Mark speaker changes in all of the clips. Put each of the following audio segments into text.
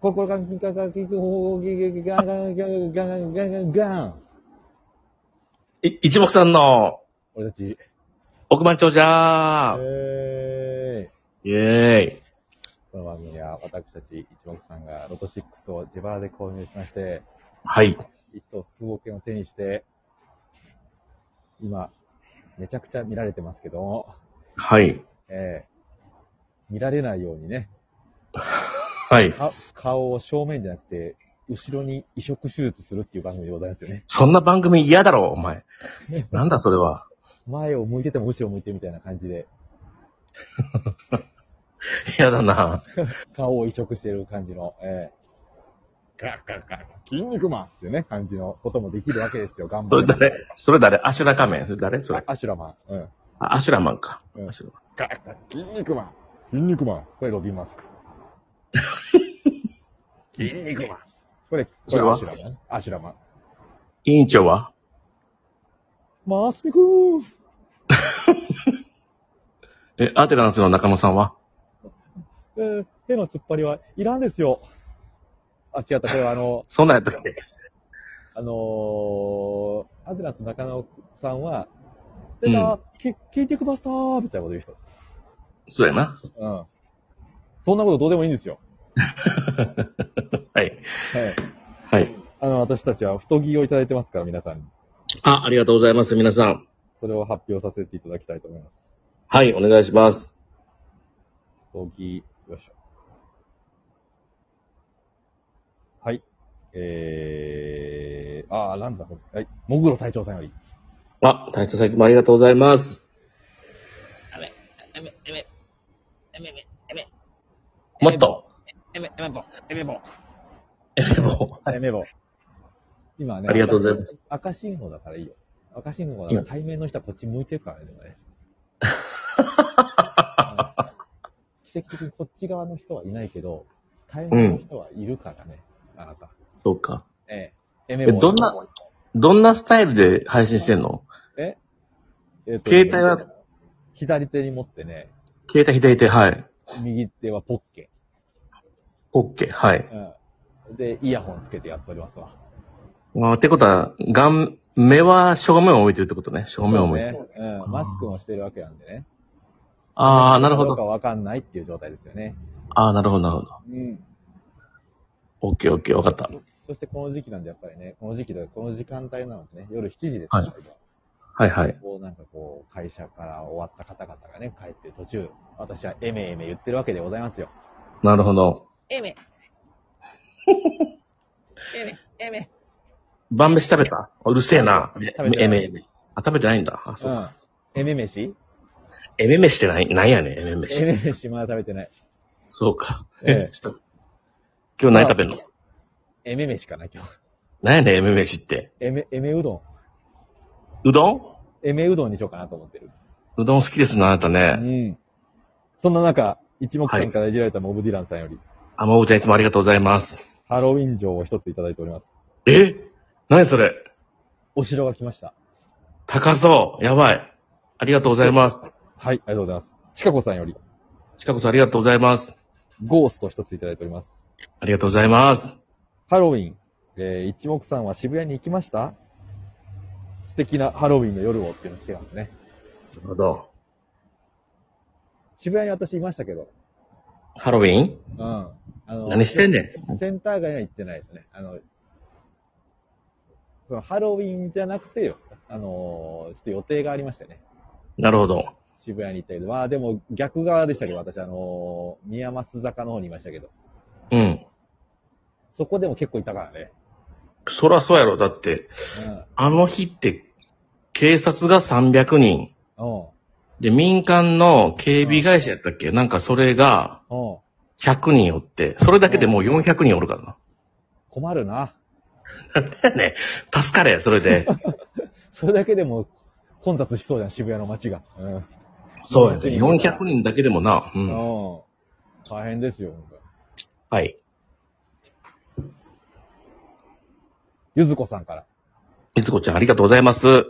Speaker 1: コロコロガンガンガンガンガンガンガンガンガンガンガンガンガンガン
Speaker 2: い一目散の
Speaker 1: 俺たち。
Speaker 2: 億万長者
Speaker 1: えーい。
Speaker 2: イェーイ。
Speaker 1: この番組は私たち一目さんがロト6を自腹で購入しまして、
Speaker 2: はい。
Speaker 1: 一等数億円を手にして、今、めちゃくちゃ見られてますけども、
Speaker 2: はい。
Speaker 1: えー、見られないようにね、
Speaker 2: はい。
Speaker 1: か顔を正面じゃなくて、後ろに移植手術するっていう番組でございますよね。
Speaker 2: そんな番組嫌だろ、お前。なんだそれは。
Speaker 1: 前を向いてても後ろを向いてみたいな感じで、
Speaker 2: 嫌だな。
Speaker 1: 顔を移植してる感じの、えー、ガラガラガラ、筋肉マンっていうね、感じのこともできるわけですよ、頑
Speaker 2: そ
Speaker 1: 張
Speaker 2: れ
Speaker 1: って。
Speaker 2: 誰それ誰アシュラ仮面それ誰そ
Speaker 1: あ
Speaker 2: れ。
Speaker 1: アシュラマン。うん。
Speaker 2: あアシュラマンか。
Speaker 1: うん
Speaker 2: アシュラマン
Speaker 1: ガラガラ、筋肉マン。筋肉マン。これロビンマスク。 筋肉マン。これ、こ
Speaker 2: それ
Speaker 1: れ
Speaker 2: は
Speaker 1: アシュラマン。アシュラマン。
Speaker 2: 委員長は
Speaker 1: マスミくー
Speaker 2: え、アテランスの中野さんは
Speaker 1: えー手の突っ張りはいらんですよ。あ、違った。これはあの、
Speaker 2: そんなんやったっけ
Speaker 1: あのー、アデランス中野さんは、でな、き聞いてくださーみたいなこと言う人。
Speaker 2: そうやな。
Speaker 1: うん。そんなことどうでもいいんですよ。は
Speaker 2: はい。
Speaker 1: い。
Speaker 2: はい。
Speaker 1: あの、私たちは太着をいただいてますから、皆さんに。
Speaker 2: あ、ありがとうございます、皆さん。
Speaker 1: それを発表させていただきたいと思います。
Speaker 2: はい、お願いします。
Speaker 1: 太着、よいしょ。はい。えー、あー、なんだこれ。はい。もぐろ隊長さんより。
Speaker 2: あ、隊長さんいつもありがとうございます。
Speaker 3: エメ、エメ、エメ、エメ、エメ、
Speaker 2: もっと。
Speaker 3: エメ、エメボ、エメボ。
Speaker 2: え、も
Speaker 1: はい、メモ。今
Speaker 2: う
Speaker 1: ね。
Speaker 2: ありがとうございます。
Speaker 1: 赤信号だからいいよ。赤信号だから対面の人はこっち向いてるからね、でも ね。うん奇跡的にこっち側の人はいないけど、対面の人はいるからね、あなた。
Speaker 2: そうか。
Speaker 1: ええ。え、メ
Speaker 2: え、どんな、どんなスタイルで配信してんの
Speaker 1: えっと
Speaker 2: 携帯は、
Speaker 1: 左手に持ってね、
Speaker 2: 携帯左手、はい。
Speaker 1: 右手はポッケ。
Speaker 2: オッケー、はい。
Speaker 1: うん。で、イヤホンつけてやっておりますわ。
Speaker 2: まあ、ってことは、眼、目は正面を向いてるってことね。正面を
Speaker 1: そう
Speaker 2: 向いて
Speaker 1: ね
Speaker 2: る。。
Speaker 1: うん。マスクもしてるわけなんでね。
Speaker 2: ああ、なるほ
Speaker 1: うか
Speaker 2: ど。
Speaker 1: わかんないっていう状態ですよね。
Speaker 2: ああ、なるほど、なるほど。
Speaker 1: うん。
Speaker 2: オッケー、オッケー、わかった。
Speaker 1: そしてこの時期なんでやっぱりね、この時期で、この時間帯なのでね、夜7時ですから、
Speaker 2: ははいはい。
Speaker 1: こうなんかこう、会社から終わった方々がね、帰ってる途中、私はえめえめ言ってるわけでございますよ。
Speaker 2: なるほど。
Speaker 3: エ メ。エメ、エメ。
Speaker 2: 晩飯食べたうるせえな。
Speaker 1: 食べてない
Speaker 2: えめえめ。あ、食べてないんだ。あ、そうう。
Speaker 1: ん。えめ飯
Speaker 2: えめめしてない。なんやねん、えめめ
Speaker 1: え
Speaker 2: し。
Speaker 1: め飯まだ食べてない。
Speaker 2: そうか。
Speaker 1: ええ
Speaker 2: え、した今日何食べんの
Speaker 1: えめ飯かな、今日。
Speaker 2: なんやねん、えめめしって。
Speaker 1: えめ、えめうどん。
Speaker 2: うどん
Speaker 1: えめうどんにしようかなと思ってる。
Speaker 2: うどん好きですな、あなた
Speaker 1: う
Speaker 2: ね。
Speaker 1: ん。そんな中、一目散からいじられたモブディランさんより、
Speaker 2: あ、まおちゃんいつもありがとうございます。
Speaker 1: ハロウィン城を一ついただいております。
Speaker 2: え何それ
Speaker 1: お城が来ました。
Speaker 2: 高そう。やばい。ありがとうございま
Speaker 1: はい、ありがとうございます。ちかこさんより、
Speaker 2: す。近くさんありがとうございます。
Speaker 1: ゴースト一ついただいております。
Speaker 2: ありがとうございます。
Speaker 1: ハロウィン、えー、一目さんは渋谷に行きました素敵なハロウィンの夜をっていうの来てますね。
Speaker 2: なるほど。
Speaker 1: 渋谷に私いましたけど。
Speaker 2: ハロウィン
Speaker 1: うん。あの
Speaker 2: 何してんねん。
Speaker 1: センター街には行ってないですね。あの、そのハロウィンじゃなくてよ、あのーちょっと予定がありましてね。
Speaker 2: なるほど。
Speaker 1: 渋谷に行ったけど、まあでも逆側でしたけど、私あのー宮益坂の方にいましたけど、
Speaker 2: うん。
Speaker 1: そこでも結構いたからね。
Speaker 2: そらそうやろ。だって、あの日って、警察が300人、
Speaker 1: うん。うん。
Speaker 2: で、民間の警備会社やったっけなんかそれが
Speaker 1: うん。
Speaker 2: 100人おって、それだけでもう400人おるからな。
Speaker 1: 困るな。
Speaker 2: だよ ね。助かれ、それで。
Speaker 1: それだけでも混雑しそうじゃん、渋谷の街が。うん。
Speaker 2: そうやね。400人だけでもな。うん。
Speaker 1: うん。大変ですよ、本当
Speaker 2: はい。
Speaker 1: ゆずこさんから、
Speaker 2: いつこちゃんありがとうございます。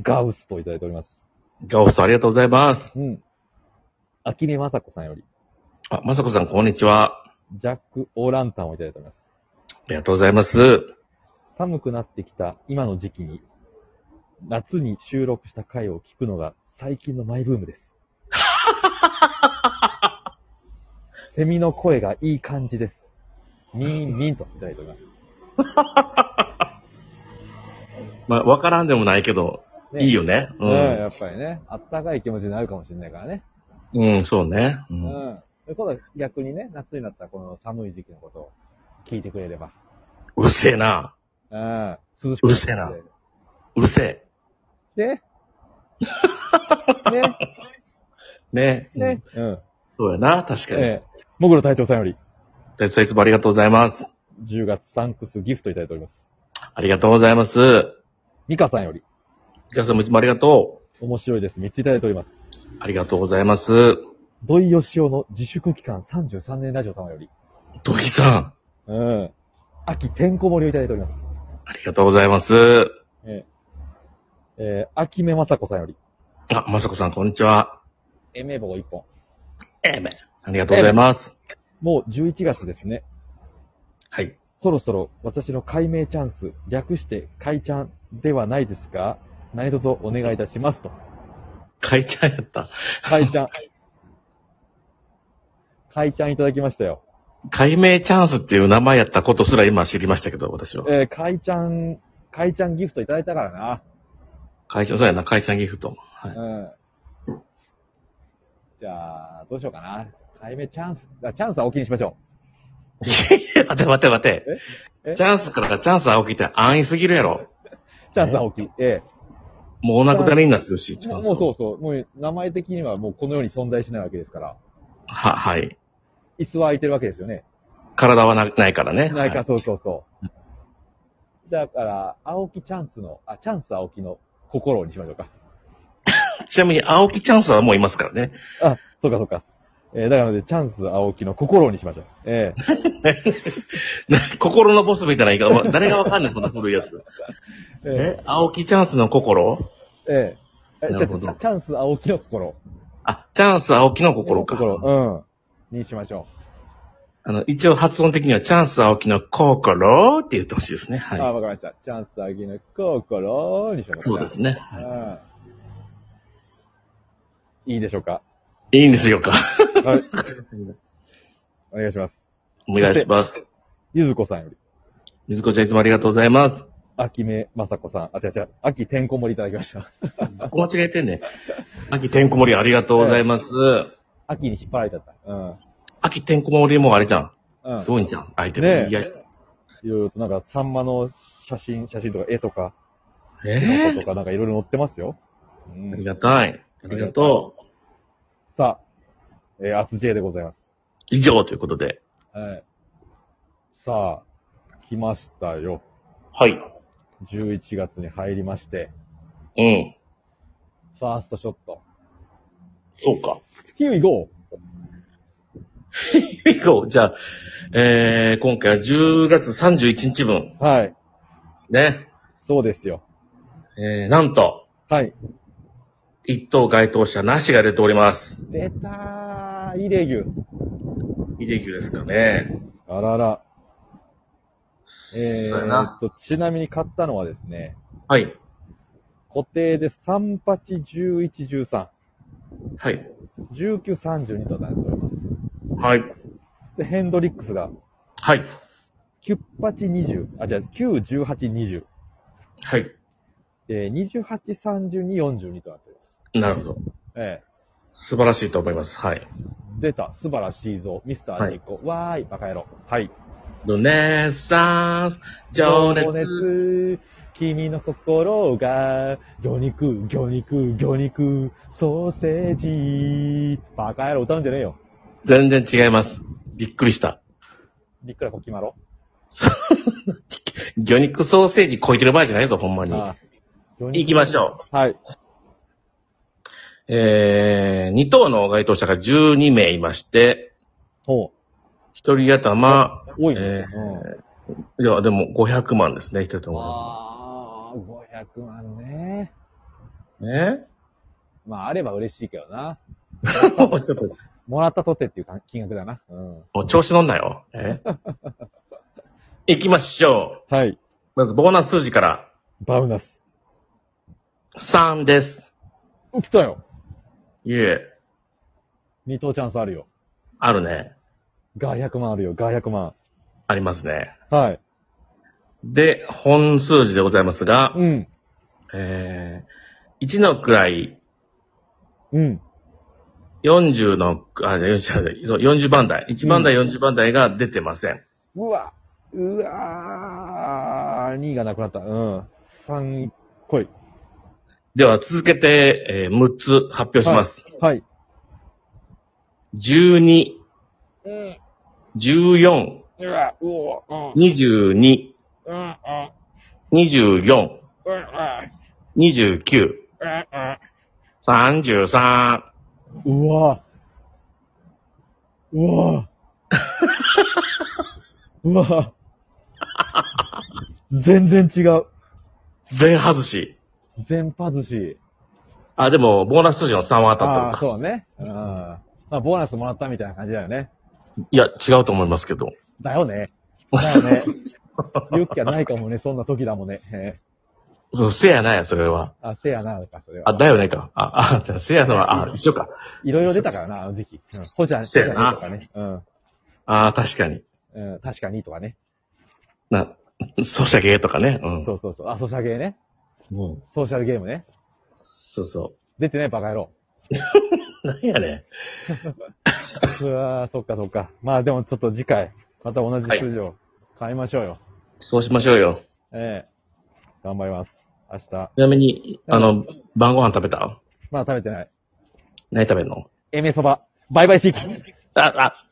Speaker 1: ガウスといただいております。
Speaker 2: ガオスさんありがとうございます。
Speaker 1: うん。あきねまさこさんより、
Speaker 2: あ、まさこさんこんにちは。
Speaker 1: ジャック・オーランタンをいただいております。
Speaker 2: りがとうございます。
Speaker 1: 寒くなってきた今の時期に、夏に収録した回を聞くのが最近のマイブーム です。セミの声がいい感じです。ミーンミーンといただいております。
Speaker 2: まあ、わからんでもないけど、
Speaker 1: ね
Speaker 2: いいよね。
Speaker 1: うん、やっぱりね、あったかい気持ちになるかもしれないからね。
Speaker 2: うん。うん、そうね。う。
Speaker 1: うんん。で今度逆にね、夏になったらこの寒い時期のことを聞いてくれれば。
Speaker 2: うるせえな。
Speaker 1: うん。涼しく
Speaker 2: うるせえなうるせ
Speaker 1: で、 ね、
Speaker 2: え。ね。
Speaker 1: ね、うん。
Speaker 2: そうやな、確かに。
Speaker 1: ええ、もぐろ隊長さんより、
Speaker 2: 大地さんいつもありがとうございます。
Speaker 1: 10月サンクスギフトいただいております。
Speaker 2: ありがとうございます。
Speaker 1: ミカさんより、
Speaker 2: お客さんもいつもありがと
Speaker 1: 面白いです。3ついただいております。
Speaker 2: う。ありがとうございます。
Speaker 1: 土井義雄の自粛期間33年ラジオ様より、
Speaker 2: 土井さん、
Speaker 1: うん。秋てんこ盛りをいただいております。
Speaker 2: ありがとうございます。
Speaker 1: ええ、ええ、秋目雅子さんより、
Speaker 2: あ、まさこさん、こんにちは。
Speaker 1: えめぼこ1本。
Speaker 2: えめ。ありがとうございます。
Speaker 1: もう11月ですね。
Speaker 2: はい。
Speaker 1: そろそろ私の解明チャンス、略して解ちゃんではないですか何卒お願いいたしますと。
Speaker 2: かいちゃんやった。
Speaker 1: 解ちゃん。解ちゃんいただきましたよ。
Speaker 2: 解明チャンスっていう名前やったことすら今知りましたけど、私は。
Speaker 1: えー、解ちゃん、解ちゃんギフトいただいたからな。
Speaker 2: 会社、そうやな、会社ギフ ト。はい。
Speaker 1: うん。じゃあ、どうしようかな。解明チャンス、あチャンスは大きにしましょ
Speaker 2: 待て待て待て
Speaker 1: ええ。
Speaker 2: チャンスからチャンスは起きて安易すぎるやろ。
Speaker 1: う。チャンスは大きい。え
Speaker 2: もうお亡くなりになってるし、
Speaker 1: え
Speaker 2: チャ
Speaker 1: も
Speaker 2: ン
Speaker 1: う
Speaker 2: ス。
Speaker 1: そうそう。もう名前的にはもうこの世に存在しないわけですから。
Speaker 2: は、はい。
Speaker 1: 椅子は空いてるわけですよね。
Speaker 2: 体はなないからね。
Speaker 1: ない
Speaker 2: は
Speaker 1: か、そうそうそう。だから、青木チャンスの、あ、チャンス青木の心にしましょうか。
Speaker 2: いちなみに、青木チャンスはもういますからね。
Speaker 1: あ、そうかそうか。えーだからね、チャンス青木の心にしましょう。ええ
Speaker 2: な心のボスみたいな言い方、 ま誰がわかんない、そんな古いやつ。
Speaker 1: え
Speaker 2: え、青木チャンスの心
Speaker 1: ええええ
Speaker 2: な
Speaker 1: ちょ
Speaker 2: るほ
Speaker 1: っと
Speaker 2: ど
Speaker 1: チャチャンス青木の心。
Speaker 2: あ、チャンス青木の心か。
Speaker 1: 心、うん。にしましょ
Speaker 2: あの、一応発音的には、チャンス青木の心って言ってほしいですね。
Speaker 1: う。
Speaker 2: は
Speaker 1: あ、わ
Speaker 2: い。
Speaker 1: かりました。チャンス青木の心にしましょう。
Speaker 2: そうです
Speaker 1: ね。
Speaker 2: ね。
Speaker 1: はい。いいでしょう か。
Speaker 2: いいんですよか。
Speaker 1: はい。お願いします。
Speaker 2: お願いします。
Speaker 1: ゆずこさんより、
Speaker 2: 水子ちゃんいつもありがとうございます。
Speaker 1: 秋目雅子さん、あ、違う違う、秋てんこ盛りいただきました。
Speaker 2: ここ間違えてんね。秋てんこ盛りありがとうございます。
Speaker 1: 秋に引っ張られちゃった。う
Speaker 2: 秋てんこ盛りもあれじゃん。
Speaker 1: ん。うん。
Speaker 2: すごいんじゃん。相手
Speaker 1: ねえ
Speaker 2: いや、
Speaker 1: いろいろとなんか、サンマの写真、写真とか絵と か、
Speaker 2: え
Speaker 1: 絵のこと
Speaker 2: え
Speaker 1: とかなんかいろいろ載ってますよ。う
Speaker 2: あり
Speaker 1: ん。
Speaker 2: がたい。ありがとう。
Speaker 1: さあ、えー、アスジェでございます。
Speaker 2: 以上ということで。
Speaker 1: はい。さあ、来ましたよ。
Speaker 2: はい。
Speaker 1: 11月に入りまして、
Speaker 2: うん。
Speaker 1: ファーストショット。
Speaker 2: そうか。
Speaker 1: Here we go!
Speaker 2: 以降、じゃあ、えー、今回は10月31日分で
Speaker 1: はい。
Speaker 2: すね。
Speaker 1: そうですよ。
Speaker 2: えー、なんと、
Speaker 1: はい。
Speaker 2: 一等該当者なしが出ております。
Speaker 1: 出たーいいレギュ
Speaker 2: 秀樹ですかね。
Speaker 1: あらら。え
Speaker 2: そうや
Speaker 1: ー
Speaker 2: な
Speaker 1: っと、ちなみに買ったのはですね、
Speaker 2: はい。
Speaker 1: 固定で381113、
Speaker 2: はい。
Speaker 1: 1932となっております。
Speaker 2: はい。
Speaker 1: で、ヘンドリックスが
Speaker 2: はい。
Speaker 1: 9820、あ、じゃあ91820、
Speaker 2: はい。
Speaker 1: えー、283242となっております。
Speaker 2: なるほど。
Speaker 1: え
Speaker 2: 素晴らしいと思います。はい。
Speaker 1: ー、出た、素晴らしいぞ、ミスター
Speaker 2: はい
Speaker 1: 味っ子、わーい、バカ野郎。はい。
Speaker 2: ルネサンス、情熱。
Speaker 1: 君の心が、魚肉、魚肉、魚肉、ソーセージ。バカ野郎歌うんじゃねえよ。
Speaker 2: 全然違います。びっくりした。
Speaker 1: びっくらこきまろ。
Speaker 2: 魚肉ソーセージ超えてる場合じゃないぞ、ほんまに。
Speaker 1: ああ
Speaker 2: 行きましょ
Speaker 1: う。はい。
Speaker 2: う。えー、2等の該当者が12名いまして、
Speaker 1: ほ
Speaker 2: 1人頭、
Speaker 1: う。多いね。
Speaker 2: えー
Speaker 1: う
Speaker 2: いや、でも500万ですね、一人と
Speaker 1: ん、
Speaker 2: も。
Speaker 1: ああ、500万ね。
Speaker 2: ね
Speaker 1: まあ、あれば嬉しいけどな。
Speaker 2: もうちょっと、
Speaker 1: もらったとってっていうか金額だな。うん。
Speaker 2: もう調子乗んなよ。え行きましょ
Speaker 1: はい。
Speaker 2: う。まず、ボーナス数字から。
Speaker 1: バウナス。
Speaker 2: 3です。
Speaker 1: うっ来たよ。
Speaker 2: いえ、
Speaker 1: 二等チャンスあるよ。
Speaker 2: あるね。
Speaker 1: ガー100万あるよ。ガー100万。
Speaker 2: ありますね。
Speaker 1: はい。
Speaker 2: で、本数字でございますが、
Speaker 1: うん。
Speaker 2: えー、1の位、
Speaker 1: うん。
Speaker 2: 40の、あ、40, そう40番台。1番台、40番台が出てません。
Speaker 1: うわ。うわー。2がなくなった。うん。3、来い。
Speaker 2: では、続けて、えー6つ発表します。
Speaker 1: はい。
Speaker 2: 12、
Speaker 3: うん。
Speaker 2: 14、
Speaker 3: うわ、うお、うん。
Speaker 2: 22、
Speaker 3: うん、うん、
Speaker 2: 24、
Speaker 3: うん、うん、
Speaker 2: 29、
Speaker 3: うん。
Speaker 2: 33、
Speaker 1: うわうわうわ全然違う。
Speaker 2: 全外し。
Speaker 1: 全パ寿司。
Speaker 2: あ、でも、ボーナス数字の3は当たった
Speaker 1: あ
Speaker 2: の
Speaker 1: あ、
Speaker 2: か。
Speaker 1: そうだね。うん。まあ、ボーナスもらったみたいな感じだよね。
Speaker 2: いや、違うと思いますけど。
Speaker 1: だよね。だよね。勇気はないかもね、そんな時だもんね。え
Speaker 2: そう、せやなや、それは。
Speaker 1: ーあ、せやな、か、それ
Speaker 2: あ、
Speaker 1: は。
Speaker 2: だよねか。あ、あ、じゃあ、せやのは、あ、一緒か。
Speaker 1: いろいろ出たからな、あの時期。うん。ほちゃん、
Speaker 2: せやな
Speaker 1: ほちゃんにとかね。
Speaker 2: あ確かに。
Speaker 1: うん。うん。確かにとかね。
Speaker 2: な、ソシャゲとかね。うん。
Speaker 1: そうそうそう。あ、ソシャゲね。
Speaker 2: うん
Speaker 1: ソーシャルゲームね。
Speaker 2: そうそ
Speaker 1: 出てない、バカ野郎。
Speaker 2: う。なんやね
Speaker 1: うわー、そっかそっか。まあでもちょっと次回、また同じ数字を買いましょうよ。
Speaker 2: ん。そうしましょうよ。
Speaker 1: ええ頑張ります。明日。
Speaker 2: ちなみに、あの、晩ご飯食べた
Speaker 1: まだ食べてない。
Speaker 2: 何食べんの
Speaker 1: えめそば。バイバイシーキ。
Speaker 2: あ、あ、